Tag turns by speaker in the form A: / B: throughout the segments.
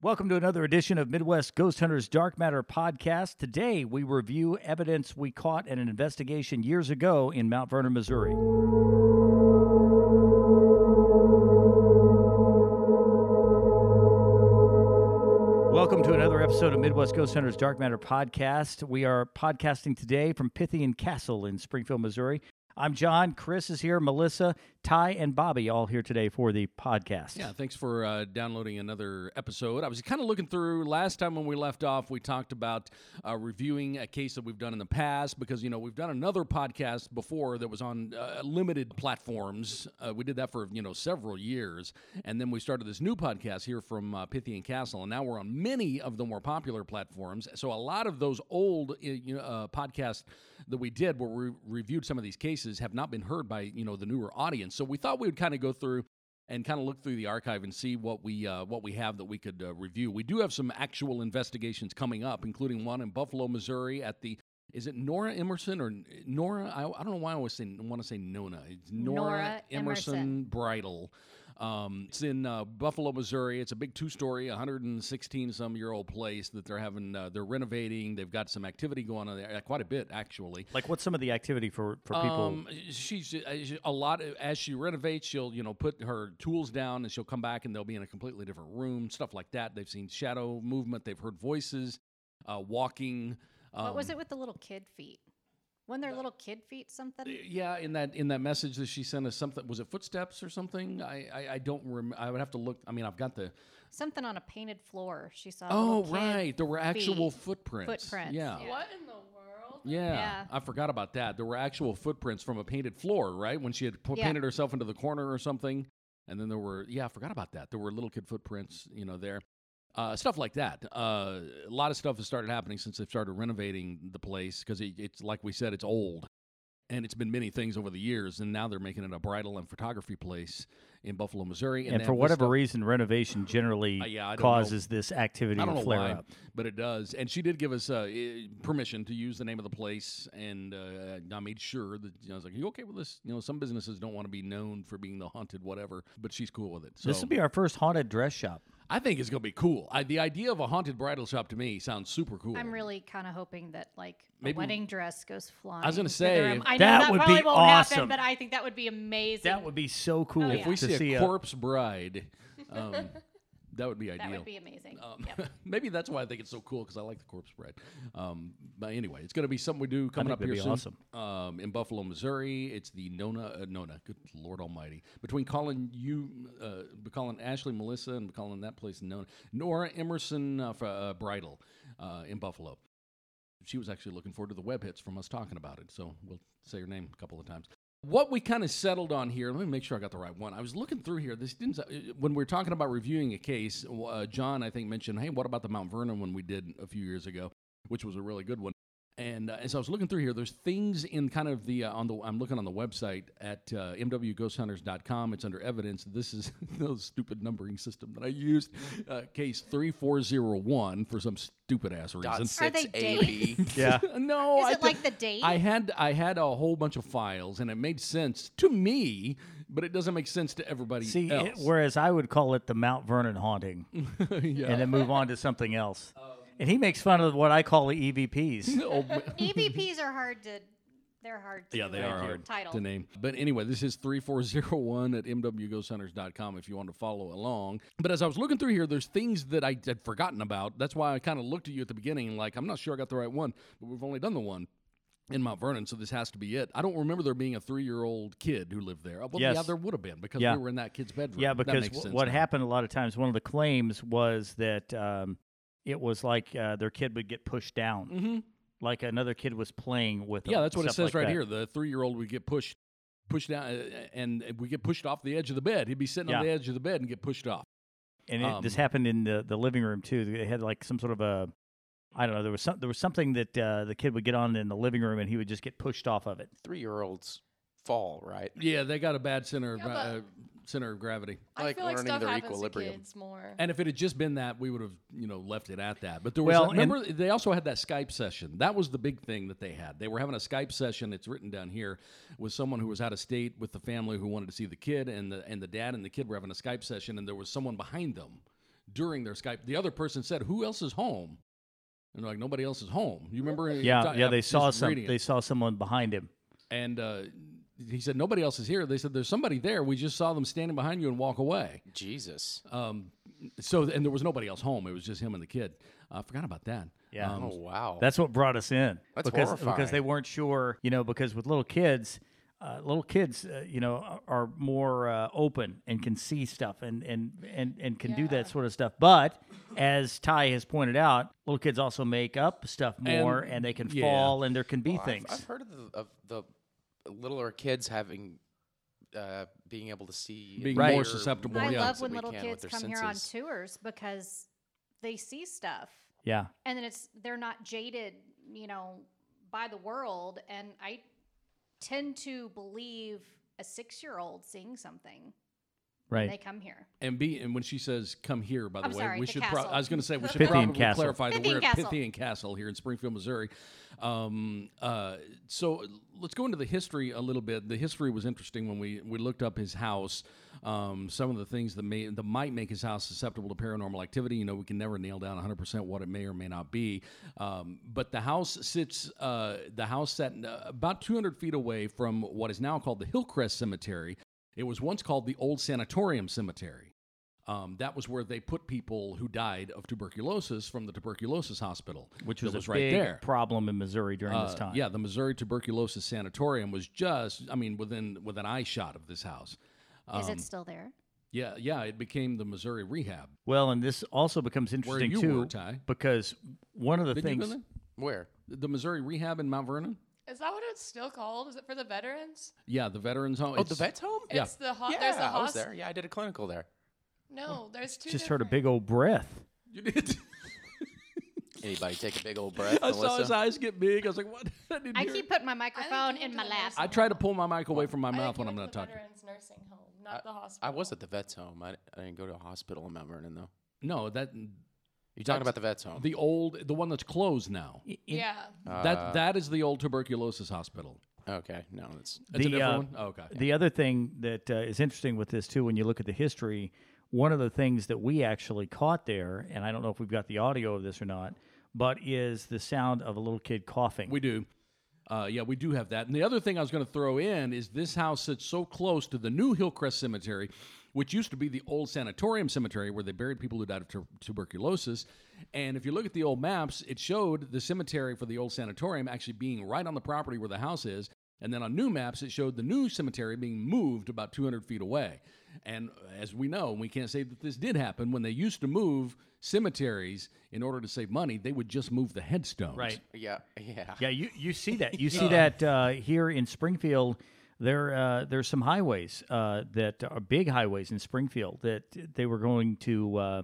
A: Welcome to another edition of Midwest Ghost Hunters Dark Matter podcast. Today, we review evidence we caught in an investigation years ago in Mount Vernon, Missouri. Welcome to another episode of Midwest Ghost Hunters Dark Matter podcast. We are podcasting today from Pythian Castle in Springfield, Missouri. I'm John. Chris is here. Melissa, Ty, and Bobby all here today for the podcast.
B: Yeah, thanks for uh, downloading another episode. I was kind of looking through last time when we left off. We talked about uh, reviewing a case that we've done in the past because you know we've done another podcast before that was on uh, limited platforms. Uh, we did that for you know several years, and then we started this new podcast here from uh, Pythian Castle, and now we're on many of the more popular platforms. So a lot of those old uh, you know, uh, podcasts that we did, where we reviewed some of these cases, have not been heard by you know the newer audience. So we thought we would kind of go through and kind of look through the archive and see what we uh, what we have that we could uh, review. We do have some actual investigations coming up, including one in Buffalo, Missouri, at the is it Nora Emerson or Nora? I, I don't know why I always say, want to say Nona. It's Nora,
C: Nora
B: Emerson,
C: Emerson.
B: Bridal. Um, it's in uh, Buffalo, Missouri. It's a big two-story, 116-some-year-old place that they're having. Uh, they're renovating. They've got some activity going on there, uh, quite a bit actually.
A: Like, what's some of the activity for, for people?
B: Um, she's uh, she- a lot as she renovates. She'll you know put her tools down and she'll come back and they'll be in a completely different room. Stuff like that. They've seen shadow movement. They've heard voices, uh, walking. Um,
C: what was it with the little kid feet? When their little kid feet something?
B: Yeah, in that in that message that she sent us, something was it footsteps or something? I I, I don't remember. I would have to look. I mean, I've got the.
C: Something on a painted floor. She saw.
B: Oh
C: little kid
B: right, there were actual
C: feet.
B: footprints.
C: Footprints,
B: Yeah.
C: yeah.
D: What in the world?
B: Yeah,
C: Yeah.
B: I forgot about that. There were actual footprints from a painted floor, right? When she had pu-
C: Yeah.
B: painted herself into the corner or something. And then there were, yeah, I forgot about that. There were little kid footprints, you know, there. Uh, stuff like that. Uh, a lot of stuff has started happening since they've started renovating the place because it, it's, like we said, it's old. And it's been many things over the years. And now they're making it a bridal and photography place in Buffalo, Missouri.
A: and,
B: they
A: for
B: have this
A: whatever
B: stuff-
A: reason, renovation generally
B: Uh, yeah, I don't know.
A: causes this activity
B: I
A: to
B: don't know
A: flare
B: why,
A: up.
B: but it does. And she did give us uh, i- permission to use the name of the place, and uh, I made sure that you know, I was like, "You okay with this?" You know, some businesses don't want to be known for being the haunted whatever, but she's cool with it. So
A: This will be our first haunted dress shop.
B: I think it's gonna be cool. I, the idea of a haunted bridal shop to me sounds super cool.
C: I'm really kind of hoping that like
B: Maybe-
C: a wedding dress goes flying.
B: gonna
C: through the
B: say,
C: room.
B: if-
C: I know
A: That
C: that,
A: would be
C: probably won't
A: awesome.
C: happen, but I think that would be amazing.
A: That would be so cool.
C: Oh,
B: if
C: yeah.
B: we
A: to
B: see,
A: see
B: a
A: a-
B: corpse bride, um, that would be ideal.
C: That would be amazing.
B: Um,
C: Yep.
B: maybe that's why I think it's so cool because I like the corpse bread. Um, but anyway, it's going to be something we do coming
A: think
B: up
A: that'd
B: here
A: be
B: soon.
A: awesome.
B: Um, in Buffalo, Missouri, it's the Nona uh, Nona. Good Lord Almighty! Between calling you, uh, calling Ashley, Melissa, and calling that place Nona, Nora Emerson uh, for, uh, Bridal uh, in Buffalo. She was actually looking forward to the web hits from us talking about it, so we'll say her name a couple of times. What we kind of settled on here, let me make sure I got the right one. I was looking through here. This didn't uh, when we were talking about reviewing a case. Uh, John, I think, mentioned, "Hey, what about the Mount Vernon one we did a few years ago, which was a really good one." And uh, as I was looking through here, there's things in kind of the uh, on the I'm looking on the website at uh, mwghosthunters.com. It's under evidence. This is the stupid numbering system that I used. Uh, case three four zero one for some stupid ass reason.
E: dot six
C: they
E: AB.
A: yeah.
B: no,
C: Is
B: Oh, I
C: it
B: thi-
C: like the date?
B: I had I had a whole bunch of files, and it made sense to me, but it doesn't make sense to everybody
A: See,
B: else.
A: it- whereas I would call it the Mount Vernon haunting,
B: yeah. Um,
A: and then move on to something else. and he makes fun of what I call the E EVPs.
B: Old ma-
C: EVPs E are hard to. They're hard. To,
B: Yeah, they
C: uh,
B: are hard
C: Title.
B: to name. But anyway, this is 3401 at mwghosthunters.com if you want to follow along. But as I was looking through here, there's things that I had forgotten about. That's why I kind of looked at you at the beginning like, I'm not sure I got the right one, but we've only done the one. In Mount Vernon, so this has to be it. I don't remember there being a three-year-old kid who lived there. Well, yeah,
A: Yes.
B: there would have been because
A: Yeah.
B: we were in that kid's bedroom.
A: Yeah,
B: That
A: because
B: makes
A: wh-
B: sense
A: what
B: now.
A: happened a lot of times, one of the claims was that um, it was like uh, their kid would get pushed down,
B: Mhm.
A: like another kid was playing with.
B: Yeah,
A: them,
B: that's what it
A: stuff
B: says
A: like
B: right
A: that.
B: here. The three-year-old would get pushed, pushed down, uh, and we get pushed off the edge of the bed. He'd be sitting on
A: Yeah.
B: the edge of the bed and get pushed off.
A: and it, this
B: Um,
A: happened in the, the living room too. They had like some sort of a, I don't know. There was some, there was something that uh, the kid would get on in the living room, and he would just get pushed off of it.
E: Three year olds fall, right?
B: Yeah, they got a bad center of,
D: Yeah,
B: gra-
D: but-
B: uh, center of gravity.
D: I
E: Like
D: feel like
E: learning
D: stuff
E: their
D: happens
E: equilibrium.
D: to kids more.
B: And if it had just been that, we would have, you know, left it at that. But there was
A: Well,
B: that-
A: and-
B: remember they also had that Skype session. That was the big thing that they had. They were having a Skype session. It's written down here with someone who was out of state with the family who wanted to see the kid, and the and the dad and the kid were having a Skype session, and there was someone behind them during their Skype. The other person said, "Who else is home?" And they're like, "Nobody else is home." You remember?
A: Yeah,
B: Ta-
A: yeah.
B: I'm
A: They
B: just
A: saw some.
B: reading it.
A: They saw someone behind him.
B: and uh, he said, "Nobody else is here." They said, "There's somebody there. We just saw them standing behind you and walk away."
E: Jesus.
B: Um, so, and there was nobody else home. It was just him and the kid. I forgot about that. Um,
A: Yeah.
E: Oh wow.
A: That's what brought us in.
E: That's
A: because, Because
E: horrifying.
A: they weren't sure, you know, because with little kids, uh, little kids, uh, you know, are- are more uh, open and can see stuff and and and and can do that sort of stuff. But as Ty has pointed out, little kids also make up stuff more, and, they can
B: yeah.
A: fall, and there can be
E: Well, Oh, I've-
A: things.
E: I've, heard of the, of the littler kids having uh, being able to see
B: Being
A: Right.
B: more susceptible.
C: I
B: yeah.
C: love
E: that
C: when
E: we
C: little
E: can with
C: kids
E: their
C: come here on
E: senses.
C: tours because they see stuff
A: yeah,
C: and then it's they're not jaded, you know, by the world. And I tend to believe a six year old seeing something when
A: right.
C: they come here.
B: And B, and when she says "come here," by the
C: I'm
B: way,
C: sorry,
B: we
C: the
B: should.
C: castle.
B: I was going to say we should
A: Pythian
B: probably
A: Castle.
B: clarify that
C: Pythian
B: we're
C: Castle.
B: at Pythian Castle here in Springfield, Missouri. Um, uh, so let's go into the history a little bit. The history was interesting when we we looked up his house. Um, some of the things that may that might make his house susceptible to paranormal activity. You know, we can never nail down 100 percent what it may or may not be. Um, but the house sits. Uh, the house sat uh, about 200 feet away from what is now called the Hillcrest Cemetery. It was once called the Old Sanatorium Cemetery. Um, that was where they put people who died of tuberculosis from the tuberculosis hospital,
A: Which
B: that
A: was, a
B: right
A: big
B: there.
A: problem in Missouri during this
B: Uh,
A: time.
B: Yeah, the Missouri Tuberculosis Sanatorium was just, I mean, within with an eye shot of this house.
C: Is
B: Um,
C: it still there?
B: Yeah, yeah, it became the Missouri Rehab.
A: Well, and this also becomes
B: Where
A: interesting
B: you
A: too,
B: were, Ty?
A: because one of the
B: Did you go
A: things.
B: there?
E: Where?
B: The Missouri Rehab in Mount Vernon.
D: Is that what it's still called? Is it for the veterans?
B: Yeah, the veterans home.
E: Oh, the
B: It's-
E: vet's home.
B: Yeah.
D: It's the ho-
E: yeah,
D: there's a
E: I was
D: hos-
E: there. Yeah, I did a clinical there.
D: No, there's two.
A: just heard a
D: different-
A: big old breath.
B: You did.
E: Anybody take a big old breath?
B: I saw his
E: Melissa?
B: eyes get big. I was like, what? I, didn't
C: I
B: hear
C: keep
B: it.
C: putting my microphone
D: you
C: in
D: do
C: my
D: the
C: lap.
D: nursing
B: I try to pull my mic away from my
D: I think
B: mouth
D: you
B: when I'm
D: went
B: not
D: to the
B: talking.
D: Veterans nursing home, not the hospital.
E: I was at the vet's home. I, I didn't go to a hospital in Mount Vernon though.
B: No, that
E: You're talking
B: That's
E: about the vet's home.
B: the old, the one that's closed now.
A: It-
D: Yeah.
E: Uh,
B: that that is the old tuberculosis hospital.
E: okay, no, that's
A: The,
B: It's a different
A: uh,
B: one. Oh, okay.
A: The other thing that uh, is interesting with this too, when you look at the history, one of the things that we actually caught there, and I don't know if we've got the audio of this or not, but is the sound of a little kid coughing.
B: We do. Uh, yeah, we do have that. And the other thing I was going to throw in is this house sits so close to the new Hillcrest Cemetery, which used to be the old sanatorium cemetery where they buried people who died of tu- tuberculosis. And if you look at the old maps, it showed the cemetery for the old sanatorium actually being right on the property where the house is. And then on new maps, it showed the new cemetery being moved about 200 feet away. And as we know, and we can't say that this did happen, when they used to move cemeteries in order to save money, they would just move the headstones.
A: right?
E: yeah, yeah.
A: Yeah, you, you see that. You see that uh, here in Springfield. There uh, there's some highways uh, that are big highways in Springfield that they were going to. Uh,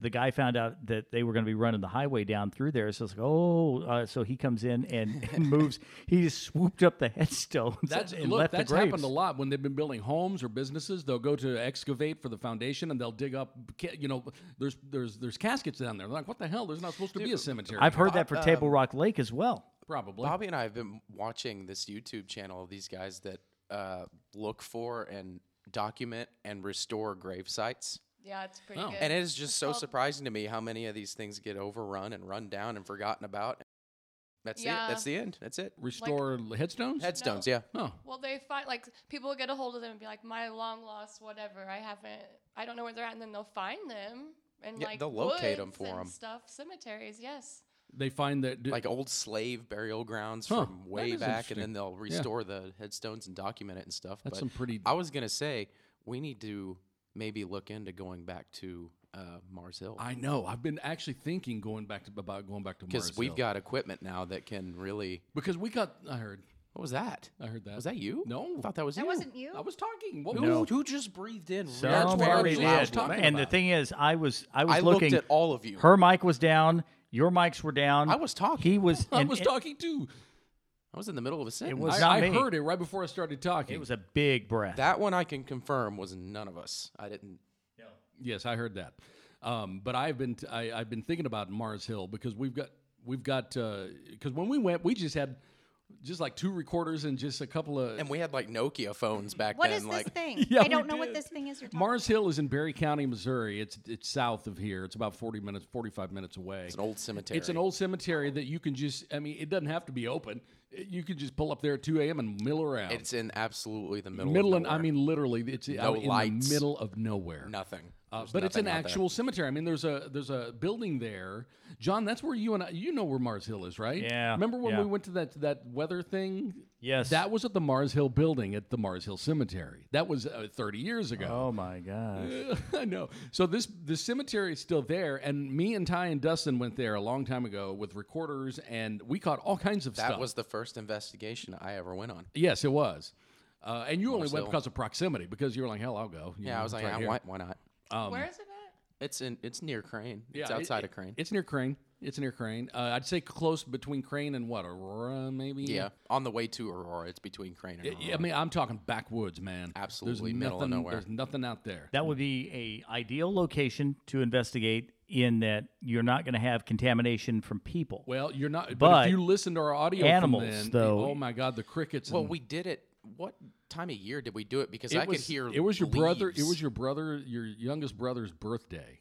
A: the guy found out that they were going to be running the highway down through there. So it's like, oh, uh, so he comes in and, and moves. He just swooped up the headstones
B: That's
A: and
B: look.
A: left
B: That's
A: the graves.
B: happened a lot when they've been building homes or businesses. They'll go to excavate for the foundation and they'll dig up. ca- You know, there's there's there's caskets down there. They're like, what the hell? There's not supposed to be a cemetery.
A: I've heard
E: Bob,
B: Uh,
A: that for Table Rock Lake as well.
B: probably.
E: Bobby and I have been watching this YouTube channel of these guys that uh, look for and document and restore grave sites.
D: Yeah, it's pretty
B: Oh.
D: good.
E: And it is just so
D: called-
E: surprising to me how many of these things get overrun and run down and forgotten about. That's
D: Yeah.
E: it. That's the end. That's it.
B: Restore headstones.
E: Headstones, yeah.
B: oh,
D: well, they find like people get a hold of them and be like, "My long lost, whatever. I haven't. I don't know where they're at." And then they'll find them and
E: Yeah,
D: like
E: they'll locate 'em
D: woods
E: for
D: and
E: 'em.
D: Stuff cemeteries, yes.
B: they find that.
E: Like old slave burial grounds
B: Huh,
E: from
B: that
E: way
B: is
E: back, and
B: interesting.
E: then they'll restore the headstones and document it and stuff.
B: that's
E: but
B: some pretty.
E: I was gonna say we need to maybe look into going back to uh, Mars Hill
B: I know. I've been actually thinking going back to about going back to
E: because
B: Mars
E: we've
B: Hill.
E: got equipment now that can really.
B: because we got. I heard.
E: What was that?
B: I heard that.
E: Was that you?
B: No.
E: I thought that was
C: That
E: you.
C: wasn't you?
B: I was talking. What
E: Who,
B: was-
E: who just breathed in?
B: That's what I
A: Somebody
B: was- I was
A: did.
B: talking
A: And the
B: about.
A: thing is, I was I was
E: I looked
A: looking
E: at all of you.
A: Her mic was down. Your mics were down.
E: I was talking.
A: He was.
B: I
A: and
B: was
A: it-
B: talking too.
E: I was in the middle of a sentence.
A: was
B: I,
A: not
B: I
A: me.
B: heard it right before I started talking.
A: It was a big breath.
E: that one I can confirm was none of us. I didn't.
B: Yes, I heard that. Um, but I've been t- uh, I, I've been thinking about Mars Hill because we've got we've got because when we went we just had just like two recorders and just a couple of.
E: And we had like Nokia phones back
C: What
E: then.
C: is this
E: like
C: thing?
B: Yeah,
C: I don't
B: we
C: know what
B: did.
C: this thing is you're talking
B: Mars Hill is in Barry County, Missouri. It's it's south of here. It's about forty minutes, forty five minutes away.
E: it's an old cemetery.
B: It's an old cemetery that you can just. I mean, it doesn't have to be open. You can just pull up there at two a.m. and mill around.
E: It's in absolutely the middle.
B: middle,
E: of
B: and I
E: nowhere.
B: mean literally, it's
E: No
B: out in
E: lights.
B: the middle of nowhere.
E: nothing.
B: Uh,
E: There's
B: but it's an
E: nothing out there.
B: actual cemetery. I mean, there's a there's a building there, John. That's where you and I, you know where Mars Hill is, right?
A: Yeah,
B: Remember when
A: yeah.
B: we went to that that weather thing?
A: Yes.
B: That was at the Mars Hill building at the Mars Hill Cemetery. That was uh, 30 years ago.
A: Oh my gosh.
B: I know. So this the cemetery is still there, and me and Ty and Dustin went there a long time ago with recorders, and we caught all kinds of
E: That
B: stuff.
E: was the first investigation I ever went on.
B: yes, it was. Uh, and you only
E: Mars
B: went
E: Hill.
B: because of proximity, because you were like, "Hell, I'll go." You
E: Yeah,
B: know,
E: I was
B: Mm-hmm. it's
E: like,
B: right
E: "Ah,
B: here.
E: why, why not?
B: Um,
D: Where is it at?
E: It's in. It's near Crane. it's
B: Yeah, it-
E: outside
B: it-
E: of Crane.
B: It's near Crane. It's near Crane. Uh, I'd say close between Crane and what Aurora, maybe.
E: yeah, on the way to Aurora, it's between Crane and
B: I-
E: Aurora.
B: I mean, I'm talking backwoods, man.
E: Absolutely
B: there's
E: middle of
B: nothing,
E: nowhere.
B: There's nothing out there.
A: That would be a ideal location to investigate in that you're not going to have contamination from people.
B: Well, you're not. But,
A: But
B: if you listen to our audio, from
A: animals,
B: then,
A: though-
B: Oh my God, the crickets.
E: well,
B: and-
E: we did it. What time of year did we do it? Because
B: Mm. It
E: I
B: was,
E: could hear.
B: It was your brother. It
E: leaves.
B: was your brother. Your youngest brother's birthday.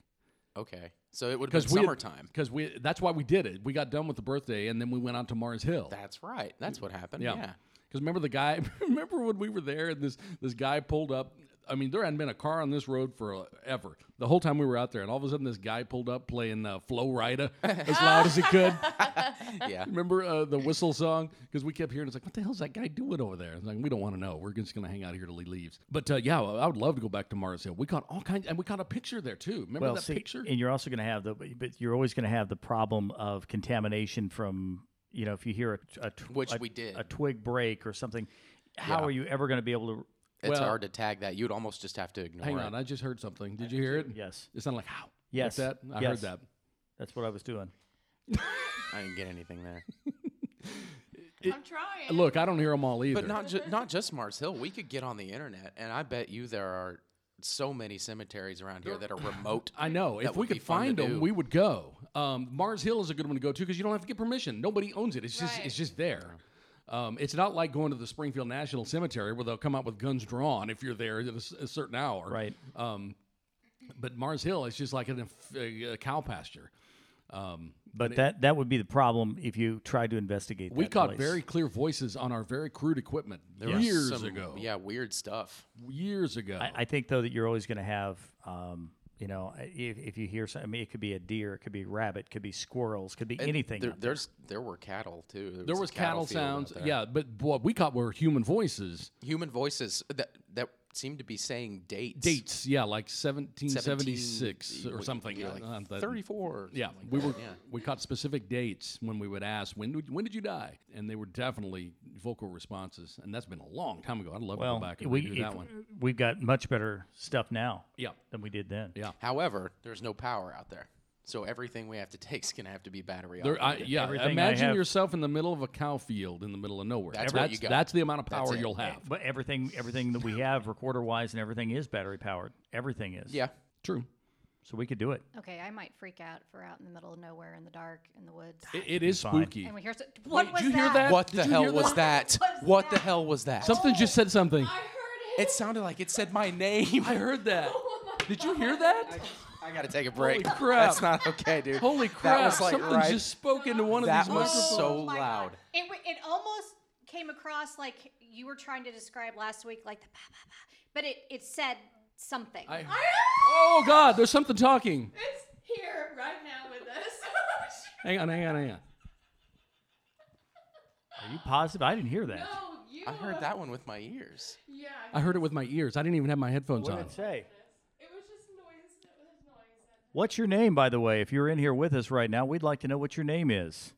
E: Okay, so it would have been
B: we had-
E: summertime.
B: Because we. That's why we did it. We got done with the birthday, and then we went out to Mars Hill.
E: That's right. That's what happened.
B: Yeah.
E: Yeah.
B: Because remember the guy? Remember when we were there and this this guy pulled up. I mean, there hadn't been a car on this road forever. The whole time we were out there, and all of a sudden, this guy pulled up playing uh, "Flow Rida" as loud as he could.
E: Yeah.
B: Remember uh, the whistle song? Because we kept hearing, it's like, what the hell's that guy doing over there? It's like, we don't want to know. We're just going to hang out here till he leaves. But uh, yeah, I would love to go back to Mars Hill. We caught all kinds, and we caught a picture there too. Remember
A: Well,
B: that
A: see,
B: picture?
A: and you're also going to have the, but you're always going to have the problem of contamination from, you know, if you hear a, a tw-
E: Which
A: a-
E: we did.
A: a twig break or something. How
E: Yeah.
A: are you ever going to be able to?
E: It's
B: Well-
E: hard to tag that. You'd almost just have to ignore
B: Hang
E: it.
B: on, I just heard something. Did you hear it?
A: Yes,
B: It sounded like how?
A: Yes.
B: Like that? I
A: Yes.
B: heard that.
A: that's what I was doing.
E: I didn't get anything there.
D: I'm trying.
B: Look, I don't hear them all either.
E: But not ju- not just Mars Hill. We could get on the internet, and I bet you there are so many cemeteries around here that are remote.
B: I know.
E: That
B: If we
E: would be
B: could
E: fun to
B: find them,
E: do.
B: we would go. Um, Mars Hill is a good one to go to because you don't have to get permission. Nobody owns it. It's just
D: Right.
B: it's just there. Um, it's not like going to the Springfield National Cemetery where they'll come out with guns drawn if you're there at a, s- a certain hour.
A: Right.
B: Um, but Mars Hill is just like an, inf- a, a cow pasture. Um,
A: But that that would be the problem if you tried to investigate.
B: we
A: that
B: caught
A: place.
B: very clear voices on our very crude equipment
E: There are
B: years
E: some-
B: ago.
E: Yeah, weird stuff.
B: years ago.
A: I, I think though that you're always going to have, um, you know, i- if, if you hear something, I mean, it could be a deer, it could be rabbit, could be squirrels, could be
E: And
A: anything.
E: There,
A: out there.
E: there's there were cattle too.
B: there
E: a
B: was cattle,
E: field out
B: sounds.
E: there.
B: Yeah, but what we caught were human voices.
E: human voices that that seem to be saying dates.
B: dates. Yeah, like 1776
E: 17,
B: or
E: like,
B: something.
E: yeah,
B: uh,
E: like
B: uh, that-
E: Thirty-four.
B: Yeah,
E: something like
B: we
E: that,
B: were
E: yeah.
B: we caught specific dates when we would ask when did, when did you die, and they were definitely vocal responses, and that's been a long time ago. I'd love
A: well,
B: to go back and
A: we
B: redo
A: if-
B: that one.
A: we've got much better stuff now
B: Yeah,
A: than we did then.
B: Yeah.
E: However, there's no power out there, so everything we have to take is gonna have to be battery.
B: there, I,
E: operated.
B: yeah.
A: Everything I
B: Imagine
A: have-
B: yourself in the middle of a cow field in the middle of nowhere.
E: That's what
B: that's,
E: you got.
B: that's the amount of power
E: it.
B: you'll have.
A: But everything, everything that we have, recorder wise, and everything is battery powered. Everything is.
E: yeah.
B: True.
A: So we could do it.
C: Okay, I might freak out if we're out in the middle of nowhere in the dark in the woods.
B: It, it is
A: fine.
B: spooky.
C: and we hear so- what
B: Wait,
C: was
B: did you hear that?
E: What
B: Did
E: the
B: you
E: hell
B: hear
E: was that?
C: What was
E: What the
C: that?
E: hell was that?
B: Something just said something.
D: I heard it.
E: It sounded like it said my name.
B: I heard that. Did you hear that?
E: I gotta take a break.
B: Holy crap.
E: That's not okay, dude.
B: Holy crap!
E: That was like
B: something
E: right.
B: just spoke into one of
E: That
B: these
E: was
B: microphones.
E: so
C: Oh my
E: loud.
C: God. It, wa- it almost came across like you were trying to describe last week, like the bah, bah, bah, but it, it said something.
B: I-
D: I
B: Oh God, there's something talking.
D: It's here right now with us.
C: Oh,
B: Hang on, hang on, hang on.
A: Are you positive? I didn't hear that.
D: no, you.
E: I heard that one with my ears.
D: Yeah.
B: I heard it with my ears. I didn't even have my headphones
A: What
B: on.
A: did it say?
D: It was just noise. It was noise.
A: What's your name, by the way? If you're in here with us right now, we'd like to know what your name is.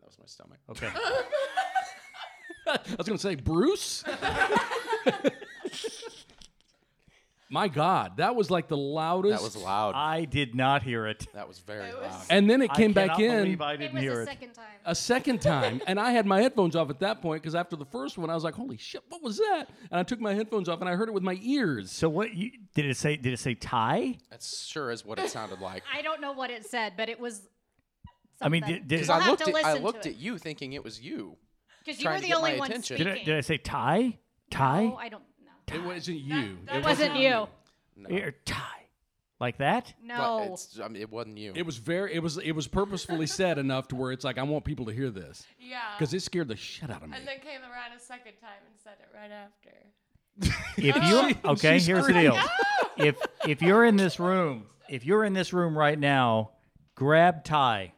E: That was my stomach.
A: Okay.
B: I was going to say Bruce. my God, that was like the loudest.
E: That was loud.
A: I did not hear it.
E: that was very
D: It was-
E: loud.
B: And then it came
A: I
B: back
A: cannot
B: in
A: Believe I
C: it
A: didn't
C: was
A: hear
C: the
A: it.
C: second time.
B: a second time, and I had my headphones off at that point because after the first one, I was like, "Holy shit, what was that?" And I took my headphones off and I heard it with my ears.
A: So what you, did it say? Did it say tie?
E: That sure is what it sounded like.
C: I don't know what it said, but it was
A: I mean,
C: something.
A: did- did-
E: Because
A: I'll
E: I looked, at,
C: to
E: I
C: listen
E: looked
C: to
E: at you thinking it was you.
C: because you
E: trying
C: were
E: to
C: the
E: get my
C: only one
E: attention.
A: Did
C: speaking.
A: I, did I say tie? Tie?
C: Oh, I don't know.
B: It wasn't you.
D: that
B: it
C: wasn't you.
E: No,
A: Here, tie. Like that?
E: but
C: No.
E: it's- I mean, it wasn't you.
B: It was very. It was. It was purposefully said enough to where it's like I want people to hear this
D: Yeah.
B: because it scared the shit out of me.
D: and then came around a second time and said it right after.
A: If you okay,
B: she
A: here's the deal. If if you're in this room, if you're in this room right now, grab tie.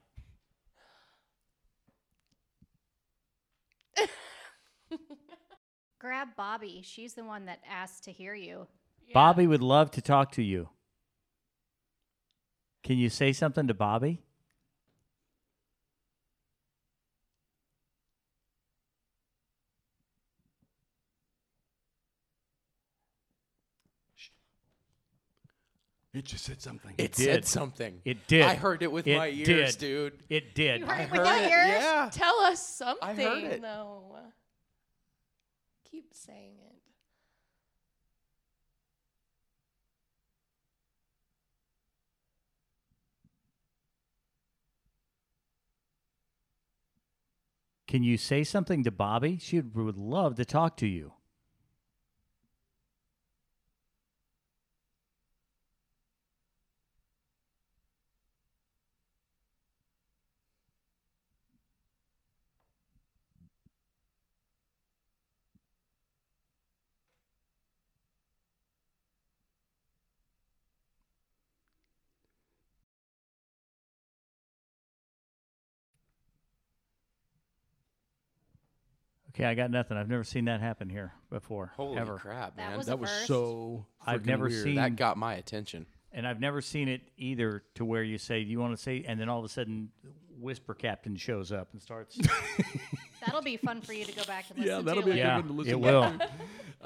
C: Grab Bobby. She's the one that asked to hear you.
D: Yeah.
A: Bobby would love to talk to you. Can you say something to Bobby?
B: It just said something.
E: It
A: did.
E: said something.
A: It did.
E: I heard it with
A: It
E: my ears,
A: did.
E: dude.
A: It did.
C: You heard
E: I
C: it with
E: heard
C: your
E: it,
C: ears?
E: Yeah.
D: Tell us
E: I heard
D: something,
E: it.
D: though. Keep saying it.
A: Can you say something to Bobby? She would love to talk to you. Okay, I got nothing. I've never seen that happen here before.
E: Holy
A: ever.
E: crap,
C: That
E: man.
C: was
B: that
C: the
B: was
C: first.
B: so.
A: I've
B: freaking
A: never
B: weird.
A: seen-
E: that got my attention.
A: And I've never seen it either to where you say, Do you want to say? And then all of a sudden, Whisper Captain shows up and starts.
C: That'll be fun for you to go back and listen
B: Yeah, that'll
C: to.
B: be a
A: Yeah,
B: good one to listen
A: it
B: to.
A: will.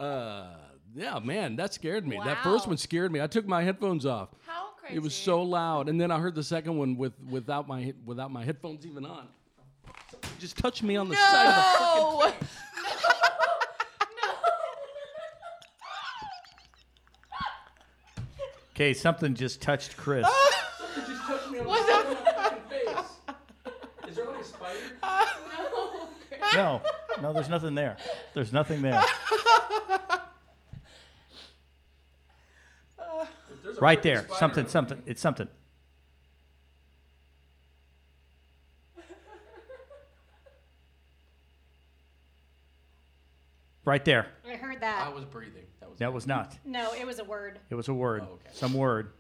B: Uh, yeah, man, that scared me. That first
C: Wow.
B: one scared me. I took my headphones off.
D: How crazy.
B: It was so loud, and then I heard the second one with without my he- without my headphones even on. It just touched me on the side of the.
D: No!
A: okay, something just touched Chris.
B: It just touched me on the side of my fucking face. Is there like a spider?
A: no, no, there's nothing there. There's nothing there.
B: If there's a
A: Right
B: freaking
A: there.
B: spider,
A: Something, something. It's something. Right there.
C: I heard that.
E: I was breathing. That was
A: That was not.
C: no, it was a word.
A: It was a word.
E: okay.
A: Some word.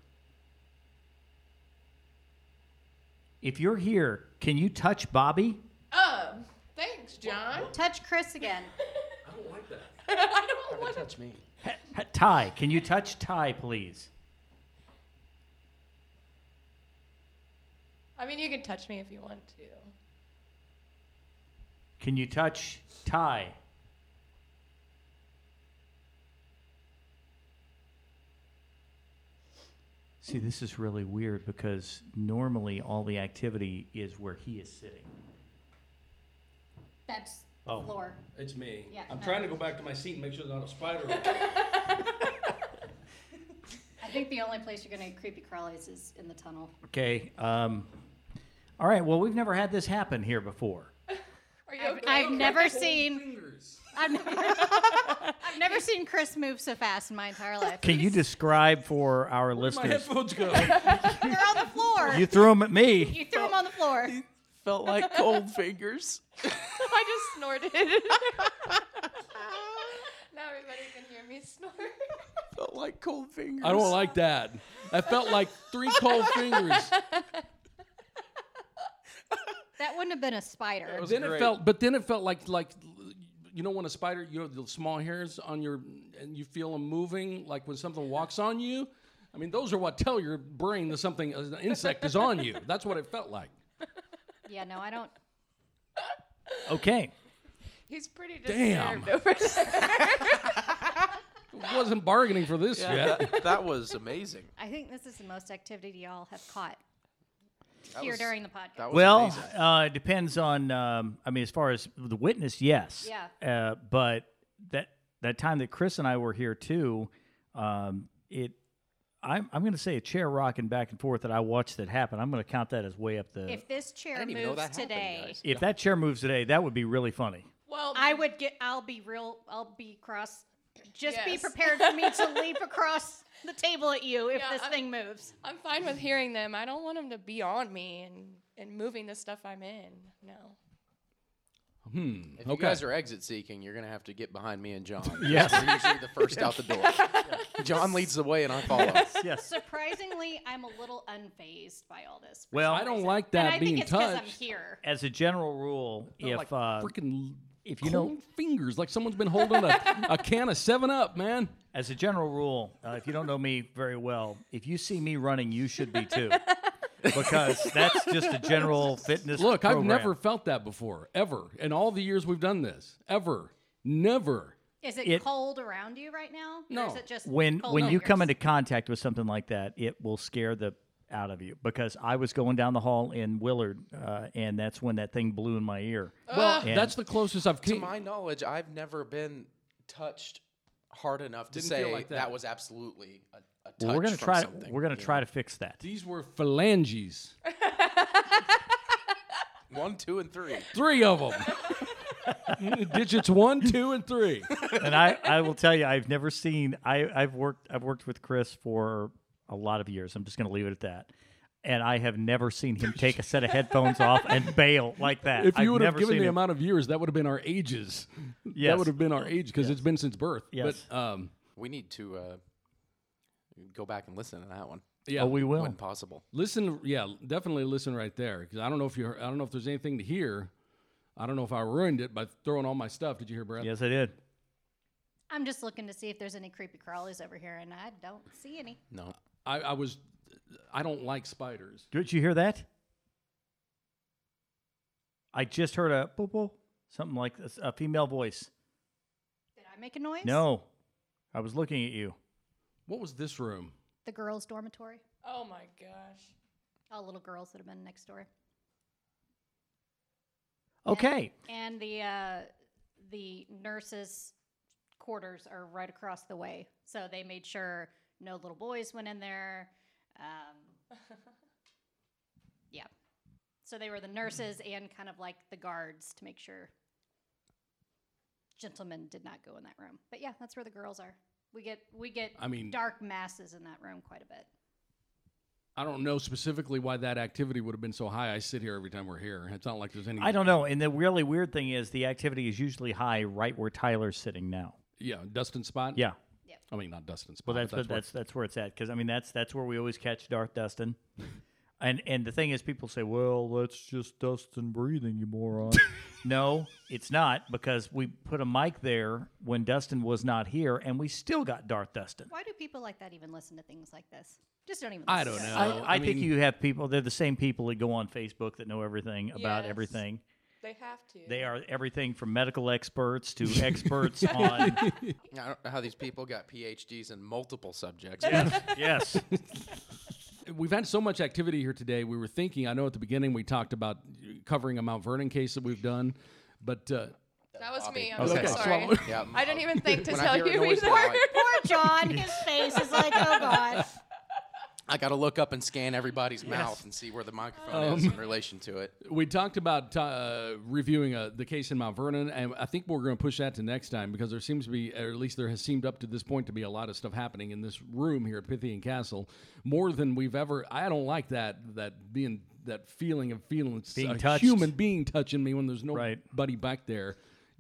A: If you're here, can you touch Bobby?
D: Um, thanks, John.
C: Touch Chris again.
B: I don't like that.
D: I don't want
E: Don't touch me.
A: H- Ty, can you touch Ty, please?
D: I mean, you can touch me if you want to.
A: Can you touch Ty? See, this is really weird because normally all the activity is where he is sitting.
C: That's
A: Oh.
C: floor.
B: It's me.
C: Yeah,
B: I'm
C: no.
B: trying to go back to my seat and make sure there's not a spider.
C: I think the only place you're going to get creepy crawlies is in the tunnel.
A: Okay. Um, all right. Well, we've never had this happen here before.
D: Are you
C: I've,
D: okay?
C: I've never seen.
B: Fingers.
C: I've never, I've never seen Chris move so fast in my entire life.
A: Can you describe for our
B: My
A: listeners?
B: headphones go.
C: They're on the floor.
A: You
C: You,
A: threw them at me.
C: threw them on the floor.
E: Felt like cold fingers.
D: I just snorted. now everybody can hear me snort.
E: Felt like cold fingers.
B: I don't like that. I felt like three cold fingers.
C: That wouldn't have been a spider.
E: was
B: then it
E: great.
B: felt, but then it felt like like you know when a spider, you know the small hairs on your and you feel them moving, like when something walks on you. I mean, those are what tell your brain that something an insect is on you. That's what it felt like.
C: Yeah, no, I don't.
A: Okay.
D: He's pretty
B: Damn.
D: disturbed over there.
B: Wasn't bargaining for this yet.
E: that. That was amazing.
C: I think this is the most activity y'all have caught
E: That
C: here
E: was-
C: during the podcast.
E: That was
A: Well,
E: amazing.
A: uh, it depends on. Um, I mean, as far as the witness, yes.
C: Yeah.
A: Uh, but that that time that Chris and I were here too, um, it I'm, I'm going to say a chair rocking back and forth that I watched that happen. I'm going to count that as way up the. If,
C: If this
E: I
C: chair
E: didn't even know
C: moves
E: that happened,
C: today,
E: guys.
A: that chair moves today, that would be really funny.
D: Well,
C: I would get. I'll be real. I'll be cross. Just be
D: Yes.
C: prepared for me to leap across the table at you if
D: Yeah,
C: this
D: I'm-
C: thing moves.
D: I'm fine with hearing them. I don't want them to be on me and, and moving the stuff I'm in. No.
B: Hmm.
E: If
B: okay.
E: you guys are exit seeking, you're gonna have to get behind me and John.
A: Yes.
E: we're usually the first out the door. John leads the way and I follow.
A: Yes.
C: Surprisingly, I'm a little unfazed by all this. for
A: Well,
C: some
B: I don't
C: reason.
B: like
C: and
B: that
C: I
B: being
C: think it's I'm
B: touched.
C: here.
A: As a general rule,
B: They're
A: if
B: like
A: uh,
B: freaking
A: if you
B: cold
A: don't
B: fingers, like someone's been holding a, a can of Seven Up, man.
A: As a general rule, uh, if you don't know me very well, if you see me running, you should be too, because that's just a general fitness.
B: Look, I've
A: program.
B: never felt that before, ever, in all the years we've done this, ever, never.
C: Is it,
A: It-
C: cold around you right now? Or
B: No.
C: is it just
A: when
C: cold
A: when you come
C: fingers?
A: into contact with something like that, it will scare the out of you. Because I was going down the hall in Willard, uh, and that's when that thing blew in my ear.
B: Well,
A: And-
B: that's the closest I've
E: to
B: came.
E: my knowledge, I've never been touched hard enough to
B: Didn't feel
E: say
B: like
E: that.
B: that.
E: was absolutely a, a touch
A: Well, we're gonna
E: from
A: try.
E: something.
A: We're gonna
E: you
A: try to fix that.
B: These were phalanges,
E: know? one, two, and three.
B: three of them. Digits one, two, and three.
A: and I, I will tell you, I've never seen. I, I've worked. I've worked with Chris for a lot of years. I'm just going to leave it at that. And I have never seen him take a set of headphones off and bail like that.
B: If
A: I've
B: you would have
A: never
B: given
A: seen
B: the
A: him.
B: amount of years, that would have been our ages.
A: Yes.
B: That would have been our age because it's been since birth.
A: Yes.
B: But um,
E: We need to uh, go back and listen to that one
B: yeah,
A: oh, we
E: when
A: will.
E: possible.
B: Listen, yeah, definitely listen right there because I don't know if you, heard, I don't know if there's anything to hear. I don't know if I ruined it by throwing all my stuff. Did you hear, Brad?
A: Yes, I did.
C: I'm just looking to see if there's any creepy crawlies over here, and I don't see any.
E: No,
B: I, I was, I don't like spiders.
A: Did you hear that? I just heard a boop, boop, something like this, a female voice.
C: Did I make a noise?
A: No, I was looking at you.
B: What was this room?
C: The girls' dormitory.
D: Oh my gosh.
C: All little girls that have been next door.
A: Okay.
C: And the uh, the nurses' quarters are right across the way, so they made sure no little boys went in there. Um, yeah, so they were the nurses and kind of like the guards to make sure gentlemen did not go in that room. But yeah, that's where the girls are. We get we get
B: I mean-
C: dark masses in that room quite a bit.
B: I don't know specifically why that activity would have been so high. I sit here every time we're here. It's not like there's any.
A: I don't know. And the really weird thing is the activity is usually high right where Tyler's sitting now.
B: Yeah, Dustin spot.
A: Yeah.
B: I mean, not Dustin spot.
A: Well, that's
B: but
A: that's
B: where-
A: that's, that's where it's at because I mean that's that's where we always catch Darth Dustin, and and the thing is people say, well, that's just Dustin breathing, you moron. no, it's not because we put a mic there when Dustin was not here, and we still got Darth Dustin.
C: Why do people like that even listen to things like this? Just don't even.
B: I
C: listen
B: don't
C: to it.
B: know.
A: I,
B: Well,
A: I
B: I
A: think
B: mean-
A: you have people. They're the same people that go on Facebook that know everything about
D: Yes.
A: everything.
D: They have to.
A: They are everything from medical experts to experts on.
E: I don't know how these people got PhDs in multiple subjects.
A: Yes.
B: We've had so much activity here today. We were thinking. I know at the beginning we talked about covering a Mount Vernon case that we've done, but uh,
D: That was me. I'm
E: Bobby.
B: Okay.
D: so sorry.
B: Swallow-
E: Yeah,
D: I didn't even think to
E: when I
D: tell
E: hear a
D: you
E: noise
D: either.
E: now, I-
C: Poor John, his face is like, oh god.
E: I got to look up and scan everybody's mouth and see where the microphone
B: Um,
E: is in relation to it.
B: we talked about uh, reviewing uh, the case in Mount Vernon, and I think we're going to push that to next time because there seems to be, or at least there has seemed up to this point, to be a lot of stuff happening in this room here at Pythian Castle, more than we've ever. I don't like that that being that feeling of feeling s-
A: Being
B: a
A: touched.
B: human being touching me when there's nobody
A: Right.
B: back there.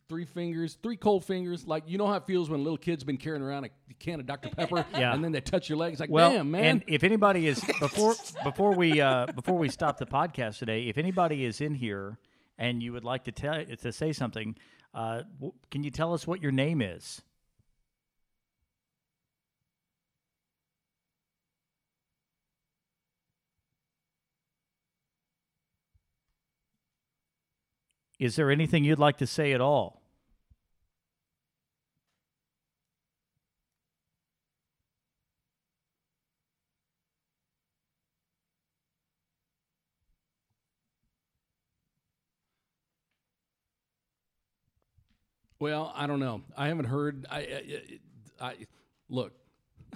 B: Three fingers, three cold fingers. Like you know how it feels when a little kid's been carrying around a can of Dr Pepper,
A: Yeah.
B: and then they touch your legs. Like
A: Well,
B: damn man,
A: and if anybody is before before we uh, before we stop the podcast today, if anybody is in here and you would like to tell to say something, uh, w- can you tell us what your name is? Is there anything you'd like to say at all?
B: Well, I don't know. I haven't heard. I, I, I look.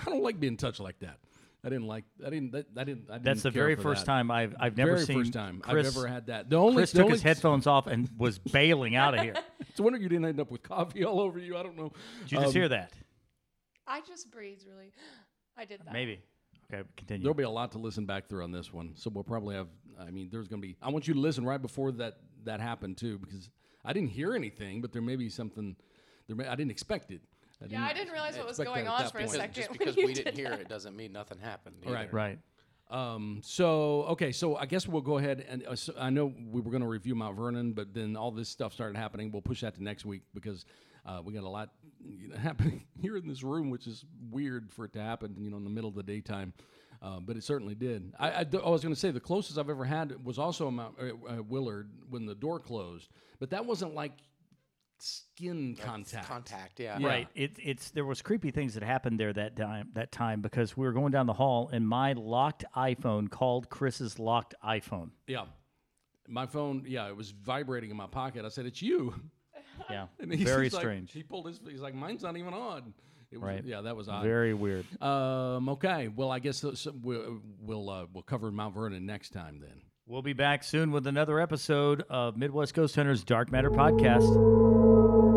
B: I don't like being touched like that. I didn't like. I didn't. That, I didn't. I didn't
A: That's the
B: care
A: very
B: for
A: first
B: that.
A: time I've I've never
B: very
A: seen
B: first time
A: Chris,
B: I've ever had that. The only,
A: Chris
B: the
A: took
B: only
A: his headphones off and was bailing out of here.
B: It's a wonder you didn't end up with coffee all over you. I don't know.
A: Did you just
B: Um,
A: hear that?
D: I just breathed really. I did that.
A: Maybe. Okay, continue.
B: There'll be a lot to listen back through on this one. So we'll probably have. I mean, there's going to be. I want you to listen right before that that happened too, because I didn't hear anything, but there may be something. There may, I didn't expect it. I
D: Yeah, I didn't realize what was
B: expect that
D: going
B: at
D: on
B: that
D: for a
B: point.
E: Because-
D: second.
E: just
D: when
E: because
D: you
E: we didn't
D: did
E: hear
D: that.
E: it doesn't mean nothing happened.
B: Right,
E: either.
A: Right.
B: Um, so okay, so I guess we'll go ahead and uh, so I know we were going to review Mount Vernon, but then all this stuff started happening. We'll push that to next week because uh, we got a lot you know, happening here in this room, which is weird for it to happen, you know, in the middle of the daytime. Uh, but it certainly did. I, I d- I was going to say the closest I've ever had was also in Mount uh, uh, Willard when the door closed, but that wasn't like skin contact.
E: Contact. Yeah.
B: Yeah.
A: Right. It, it's there was creepy things that happened there that time that time because we were going down the hall and my locked iPhone called Chris's locked iPhone.
B: Yeah, my phone. Yeah, it was vibrating in my pocket. I said, "It's you."
A: Yeah.
B: And he's
A: Very
B: just like-
A: strange.
B: he pulled his. He's like, mine's not even on. It was,
A: Right.
B: Yeah, that was odd.
A: Very weird.
B: um, okay. Well, I guess uh, so, so we'll we'll, uh, we'll cover Mount Vernon next time then.
A: We'll be back soon with another episode of Midwest Ghost Hunters Dark Matter Podcast.